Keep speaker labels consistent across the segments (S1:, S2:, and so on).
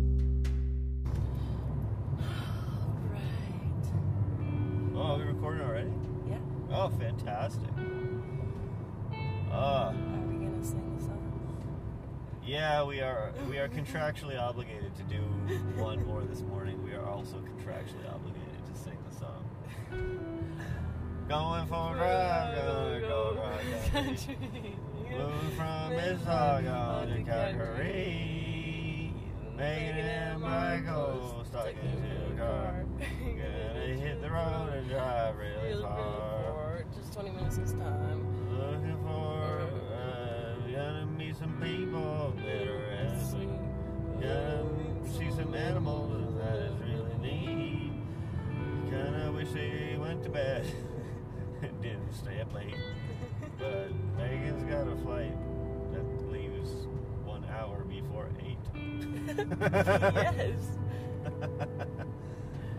S1: Oh, Uh,
S2: Are we gonna sing the song?
S1: yeah, we are we are contractually obligated to do one more this morning. We are also contractually obligated to sing the song. Going for a drive, gonna go round country. Moving from Mississauga to Calgary. Making it in my goal, stuck into a car. Gonna hit the road and drive really
S2: Really
S1: far.
S2: far. Just 20 minutes this time.
S1: Looking for, uh, gonna meet some people that are asking. Gonna see some animals that is really neat. Kinda wish they went to bed and didn't stay up late. But Megan's got a flight that leaves one hour before eight.
S2: yes.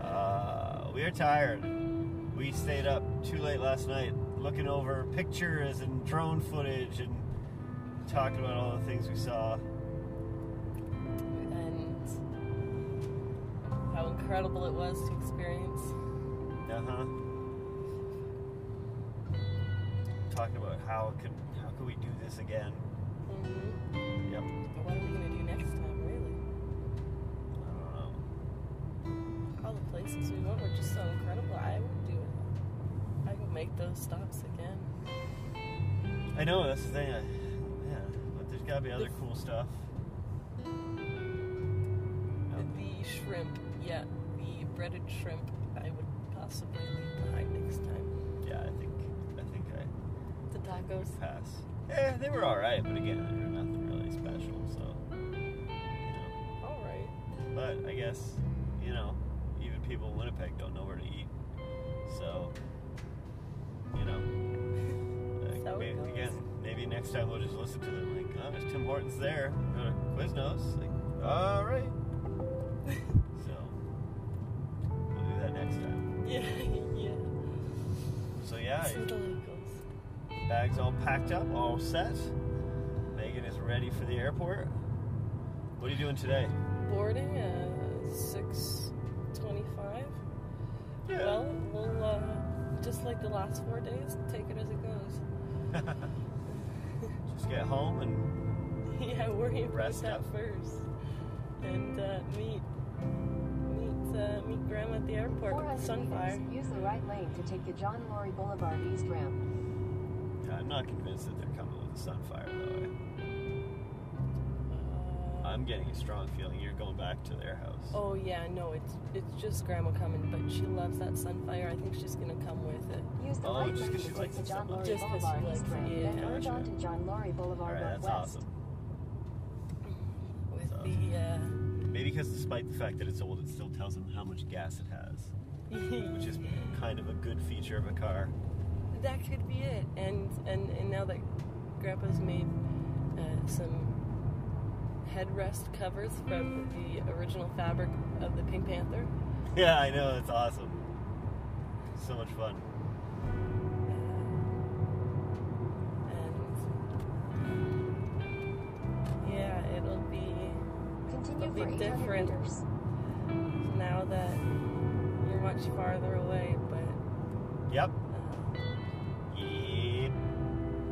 S1: uh, we are tired. We stayed up too late last night looking over pictures and drone footage and talking about all the things we saw.
S2: And how incredible it was to experience.
S1: Uh huh. Talking about how could how could we do this again?
S2: hmm
S1: Yep.
S2: But what are we gonna do next time, really?
S1: I don't know.
S2: All the places we went were just so incredible. I would do it. I would make those stops again.
S1: I know that's the thing. I, yeah, but there's gotta be other cool stuff. No.
S2: The shrimp, yeah, the breaded shrimp, I would possibly leave behind next time.
S1: Yeah, I think I think I.
S2: The tacos.
S1: pass. Yeah, they were all right, but again, they were nothing really special. So, you
S2: All right.
S1: know. But I guess you know, even people in Winnipeg don't know where to eat. So, you know, like,
S2: So it
S1: maybe,
S2: goes.
S1: again, maybe next time we'll just listen to them. Like, oh, there's Tim Hortons there. Go to Quiznos. Like, all right. so, we'll do that next time.
S2: Yeah, yeah.
S1: So yeah.
S2: See the locals.
S1: Bags all packed up, all set. Megan is ready for the airport. What are you doing today?
S2: Boarding at 625. Well, we'll, uh, just like the last four days, take it as it goes.
S1: Just get home and
S2: yeah, worry about
S1: Rest
S2: that
S1: up.
S2: first. And uh, meet, meet, uh, meet Grandma at the airport
S3: For
S2: with
S3: us
S2: Sunfire.
S3: Use the right lane to take the John Laurie Boulevard East ramp.
S1: Yeah, I'm not convinced that they're coming with a sunfire though.
S2: Uh,
S1: I, I'm getting a strong feeling you're going back to their house.
S2: oh yeah, no, it's it's just Grandma coming, but she loves that Sunfire. I think she's gonna come with it.
S3: Use the
S1: Oh,
S3: right
S1: just
S3: lane
S1: 'cause she
S3: to take
S1: likes
S3: the
S1: it so
S3: John
S1: much.
S3: Laurie
S2: Just 'cause she
S3: Boulevard
S2: likes
S3: East
S2: it,
S3: ramp.
S2: yeah.
S3: Then merge
S1: Gotcha.
S3: onto John Laurie Boulevard
S1: Alright, that's
S3: Northwest.
S1: awesome.
S2: With
S1: So-
S2: the uh,
S1: Maybe because despite the fact that it's old, it still tells them how much gas it has,
S2: uh,
S1: which is kind of a good feature of a car.
S2: that could be it. And and and now that Grandpa's made uh, some headrest covers from the original fabric of the Pink Panther,
S1: Yeah, I know, it's awesome. So much fun.
S2: uh, and yeah, it'll be.
S3: Continue
S2: It'll
S3: for
S2: be
S3: 800
S2: different.
S3: meters.
S2: now that you're much farther away, but
S1: Yep.
S2: uh,
S1: Yep.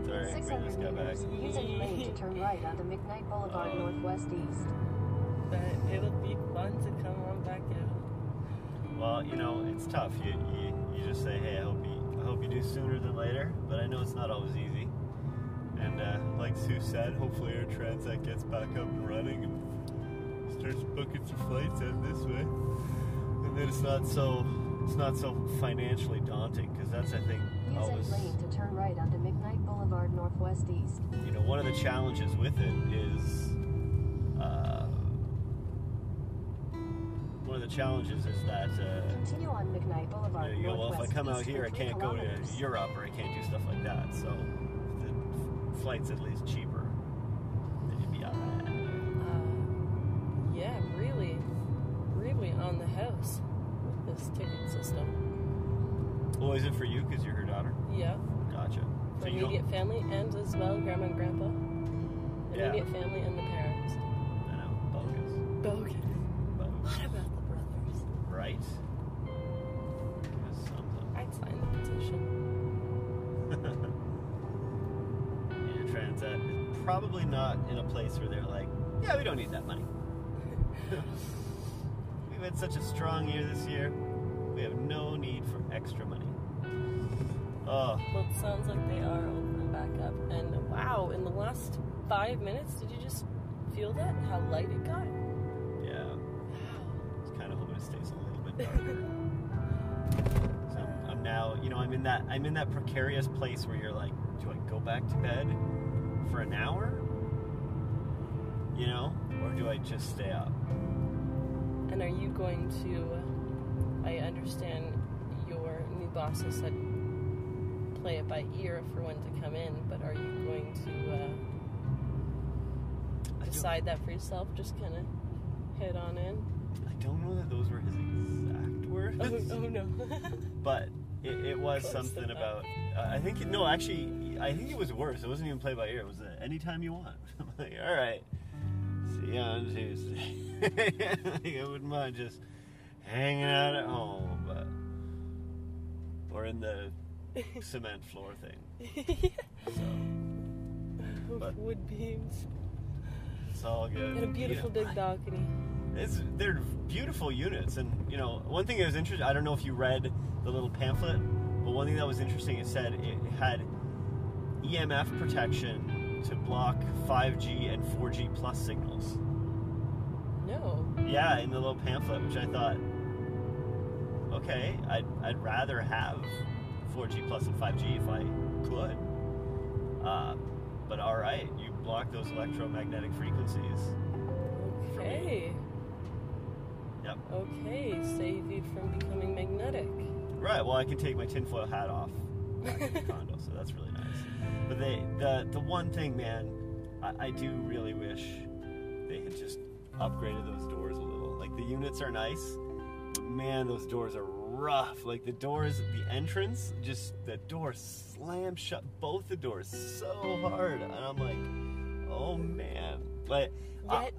S1: Sorry, we
S3: 600
S1: just got back.
S3: meters. Use any lane to turn right onto McKnight Boulevard
S1: Oh.
S3: Northwest East.
S2: but it'll be fun to come on back out.
S1: Well, you know, it's tough. You, you, you just say, hey, I hope you, I hope you do sooner than later, but I know it's not always easy. And uh, like Sue said, hopefully our transat gets back up and running and starts booking some flights out this way. And then it's not so, it's not so financially daunting because that's I think
S3: Use
S1: always,
S3: any lane to turn right onto McKnight Boulevard Northwest East.
S1: you know, one of the challenges with it is, uh, one of the challenges is that. Uh,
S3: Continue on McKnight Boulevard
S1: There you go. Well, if I
S3: Northwest
S1: come out
S3: East for
S1: here, I
S3: three
S1: can't go to
S3: kilometers.
S1: Europe or I can't do stuff like that. So the f- flight's at least cheaper. Then you'd be out there.
S2: Uh, yeah, really, really on the house with this ticket system.
S1: Oh, is it for you because you're her daughter?
S2: Yeah,
S1: Gotcha.
S2: for
S1: So you don't.
S2: immediate family and as well grandma and grandpa.
S1: Yeah.
S2: Immediate family and the parents.
S1: I know. Bogus.
S2: Bogus.
S1: Bogus.
S2: What about the brothers?
S1: Right? Give us something.
S2: I'd sign the petition.
S1: uh, probably not in a place where they're like, yeah, we don't need that money. We've had such a strong year this year. We have no need for extra money. Oh,
S2: Well, it sounds like they are opening back up. And wow, in the last five minutes, did you just feel that? How light it got?
S1: yeah. I
S2: Wow.
S1: was kind of hoping it stays a little bit darker. so I'm, I'm now, you know, I'm in that I'm in that precarious place where you're like, do I go back to bed for an hour? You know, or do I just stay up?
S2: And are you going to? I understand your new boss has said play it by ear for when to come in, but are you going to
S1: I
S2: uh,
S1: don't-
S2: decide that for yourself? Just kind of head on in?
S1: I don't know that those were his exact words,
S2: Oh, oh no.
S1: but it, it was
S2: Close
S1: something
S2: enough.
S1: about. Uh, I think it, no, actually, I think it was worse. It wasn't even play by ear. It was a, anytime you want. I'm like, all right, see you on Tuesday. like, I wouldn't mind just hanging out at home, but or in the cement floor thing. So But-
S2: Wood beams
S1: it's all good.
S2: and a
S1: You
S2: beautiful
S1: know,
S2: big balcony.
S1: It's they're beautiful units, and you know one thing that was interesting. I don't know if you read the little pamphlet, but one thing that was interesting. It said it had EMF protection to block 5G and 4G plus signals.
S2: No,
S1: Yeah, in the little pamphlet, which I thought, okay, I'd, I'd rather have 4G plus and 5G if I could. Uh, but all right, you block those electromagnetic frequencies. For me.
S2: Okay.
S1: Yep.
S2: Okay, save you from becoming magnetic.
S1: Right. Well, I can take my tinfoil hat off back in the condo, so that's really nice. But they, the the one thing, man, I, I do really wish they had just upgraded those doors a little. Like the units are nice, but man, those doors are rough. Like the doors, the entrance, just the door slam shut, both the doors so hard, and I'm like, oh man, like. I-
S2: Yet.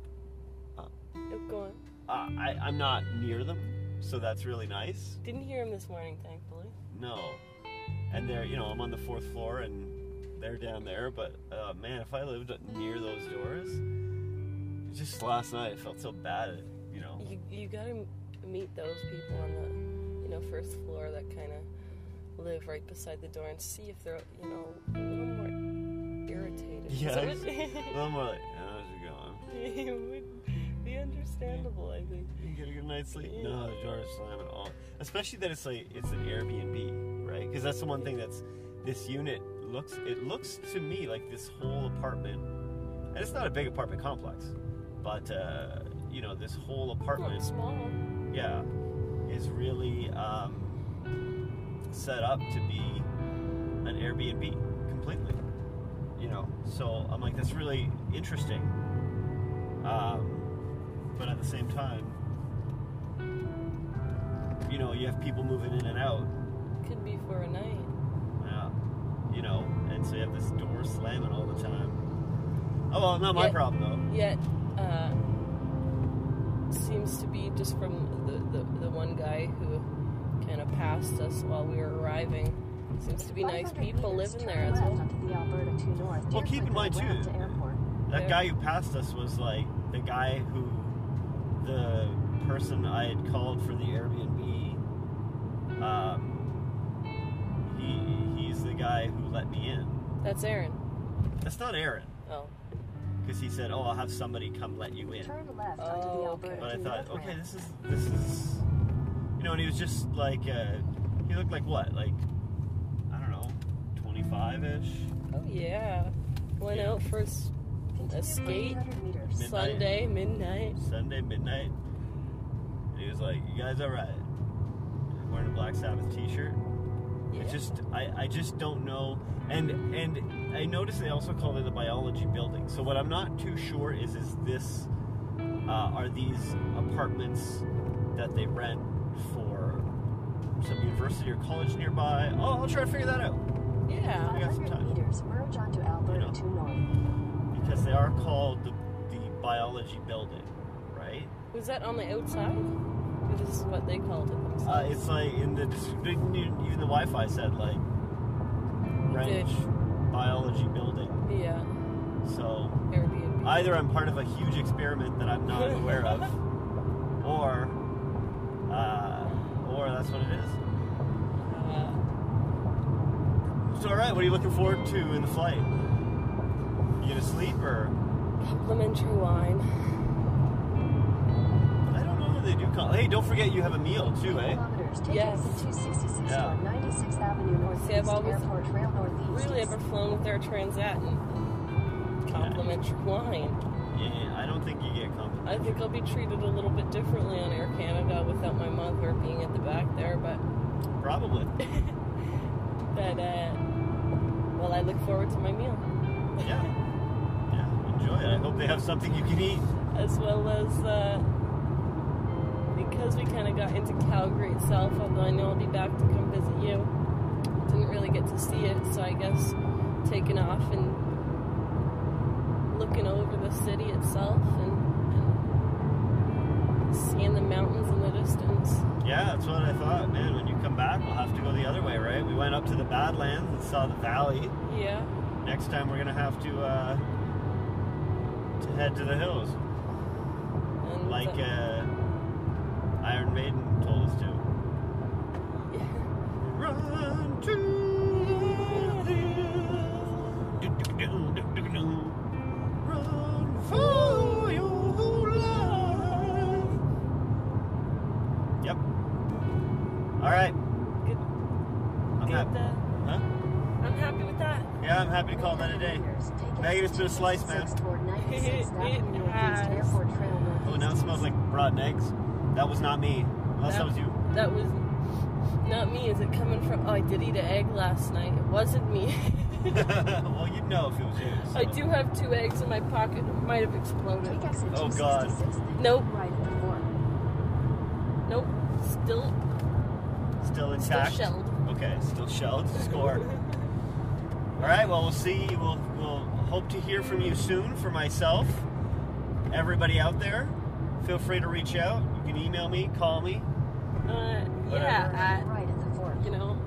S1: uh.
S2: Oh, go on.
S1: uh, I, I'm not near them, so that's really nice.
S2: Didn't hear him this morning, thankfully.
S1: No. And they're, you know, I'm on the fourth floor and they're down there, but uh, man, if I lived near those doors, just last night, I felt so bad, at, you know.
S2: You, you gotta m- meet those people on the, you know, first floor that kind of live right beside the door and see if they're, you know, a little more irritated.
S1: Yeah,
S2: So
S1: it's- A
S2: it,
S1: little more like, how's it going?
S2: it would be understandable, I think.
S1: You get a good night's sleep? No, the door is slam at all. Especially that it's like, it's an Airbnb, right? Because that's the one thing that's, this unit looks, it looks to me like this whole apartment, and it's not a big apartment complex, but, uh, you know, this whole apartment
S2: Not small.
S1: yeah, is really um, set up to be an Airbnb completely. You know, so I'm like, that's really interesting. Um, but at the same time, you know, you have people moving in and out.
S2: Could be for a night.
S1: Yeah. You know, and so you have this door slamming all the time. Oh, well, not my
S2: Yeah.
S1: problem though.
S2: yet uh, seems to be just from the, the, the one guy who kind of passed us while we were arriving seems to be nice
S3: 500
S2: people
S3: meters,
S2: living
S3: turn
S2: there as well
S3: left onto the Alberta 2 North
S1: Well, keep
S3: Airport
S1: in mind,
S3: and route
S1: too-
S3: to airport.
S1: That
S2: There.
S1: guy who passed us was like the guy who the person I had called for the Airbnb. Um, he he's the guy who let me in.
S2: that's aaron
S1: That's not Aaron,
S2: oh
S1: because he said, "Oh, I'll have somebody come let you in."
S3: Turn left onto the
S2: Oh,
S3: Alberta
S2: okay.
S1: But I
S3: 2
S1: thought,
S3: North
S1: okay,
S3: ramp.
S1: this is this is, you know, and he was just like, uh, he looked like what, like, I don't know, twenty five ish.
S2: oh yeah went
S1: Yeah.
S2: out for s-
S3: Continue for
S2: skate.
S3: 800 meters.
S1: Midnight.
S2: sunday midnight
S1: Sunday midnight. And he was like, "You guys all right?" I'm wearing a Black Sabbath T-shirt.
S2: yeah.
S1: I just, I, I just don't know. And and I noticed they also called it the biology building. So what I'm not too sure is, is this uh, are these apartments that they rent for some university or college nearby? Oh, I'll try to figure that out
S2: yeah
S1: I got some
S3: 500
S1: time.
S3: meters, merge onto Alberta
S1: know.
S3: 2 North.
S1: because they are called the the biology building, right?
S2: was that on the outside this is what they called it
S1: Uh,
S2: themselves.
S1: it's like in the description, even the Wi-Fi said like ranch biology building.
S2: yeah
S1: So So
S2: uh, Airbnb.
S1: either I'm part of a huge experiment that I'm not aware of, or uh, or that's what it is.
S2: Uh,
S1: So all right, what are you looking forward to in the flight? You gonna sleep or?
S2: complimentary wine.
S1: I don't know that they do. Call- hey, don't forget you have a meal too, eh?
S3: Kilometers taken
S2: Yes.
S3: from 266
S1: Yeah.
S3: toward 96th Avenue Northeast
S2: always
S3: Airport Trail Northeast.
S2: Really ever flown with Air Transat and complimentary wine.
S1: Yeah, I don't think you get complimented.
S2: I think I'll be treated a little bit differently on Air Canada without my mother being at the back there, but
S1: Probably.
S2: but uh, well, I look forward to my meal
S1: Yeah. Yeah. Enjoy it. I hope they have something you can eat.
S2: as well as uh, because we kind of got into Calgary itself. Although I know I'll be back to come visit you, didn't really get to see it, so I guess taking off and looking over the city itself and, and seeing the mountains in the distance.
S1: Yeah, that's what I thought, man. When you come back, we'll have to go the other way, right? We went up to the Badlands and saw the valley.
S2: Yeah.
S1: Next time, we're gonna have to uh, to head to the hills,
S2: And
S1: like
S2: uh,
S1: uh, Iron Maiden told us to. Run to the hills. Run for your life. Yep. All right.
S2: good,
S1: I'm
S2: good,
S1: happy.
S2: uh,
S1: Huh?
S2: I'm happy with that.
S1: Yeah, I'm happy to call that a day. Megan, it's been a slice, man.
S3: Toward 96th
S2: It
S3: Avenue
S2: has.
S3: Northeast Airport Trail Northeast.
S1: Oh, now it smells like rotten eggs. That was not me. Unless that was you.
S2: That was not me. Is it coming from? Oh, I did eat an egg last night. It wasn't me.
S1: well, you'd know if it was you. so.
S2: I do have two eggs in my pocket. It might have
S3: Take
S2: exploded.
S3: exit
S1: Oh, God.
S3: 266th and
S2: Nope.
S3: Right at the fork.
S2: Nope. Still,
S1: Still intact.
S2: shelled.
S1: Okay, still shelled. Score. All right. Well, we'll see. We'll we'll hope to hear from you soon. For myself, everybody out there, feel free to reach out. You can email me, call me.
S2: uh,
S1: Whatever.
S2: yeah.
S3: Right at the fork.
S2: At you know,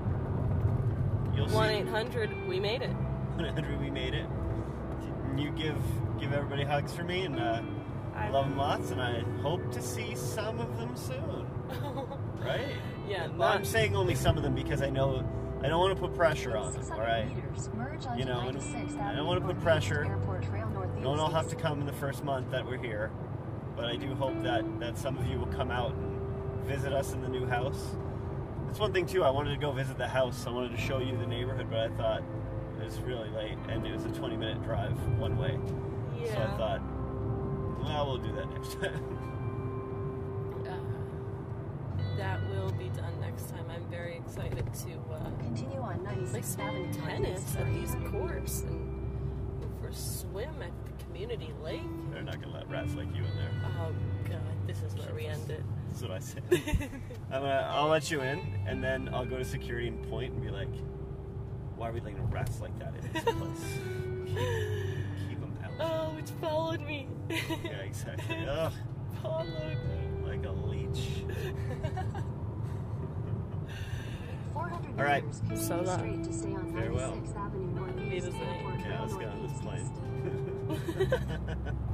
S1: You'll
S2: one
S1: see.
S2: eight hundred. We made it.
S1: 100. We made it. And You give give everybody hugs for me, and uh, I
S2: I-
S1: love them lots. And I hope to see some of them soon. Right.
S2: yeah.
S1: Well,
S2: Not,
S1: I'm saying only some of them because I know I don't want to put pressure on them. All
S3: 600
S1: right.
S3: meters, merge
S1: You
S3: onto
S1: know, and I
S3: 96th
S1: don't
S3: Avenue
S1: wanna put
S3: Northeast
S1: pressure.
S3: Airport Trail Northeast.
S1: Don't all have to come in the first month that we're here, but I do hope that that some of you will come out and visit us in the new house. That's one thing too. I wanted to go visit the house. I wanted to show you the neighborhood, but I thought it was really late and it was a 20-minute drive one way. So I
S2: yeah.
S1: thought, well, we'll do that next time.
S2: Uh, that will be done next time. I'm very excited to. Uh,
S3: Continue on 96th Avenue.
S2: like tennis
S3: Northeast for
S2: at these
S3: 800
S2: courts and go for a swim at the community lake.
S1: They're not gonna let rats like you in there.
S2: Oh god, this is where we end it.
S1: That's what I said. I'm gonna, I'll let you in, and then I'll go to security and point and be like, "Why are we letting rats like that in this place? keep, keep 'em out."
S2: Oh, it's followed me.
S1: Yeah, exactly. Ugh,
S2: followed me.
S1: like a leech.
S3: 400
S1: All right.
S3: meters, continue
S2: So long.
S3: straight to stay on
S1: Farewell.
S3: 96th Avenue Northeast
S2: Meet us in-
S3: Airport
S1: Yeah,
S3: Trail
S1: let's get on this
S3: Northeast.
S1: plane.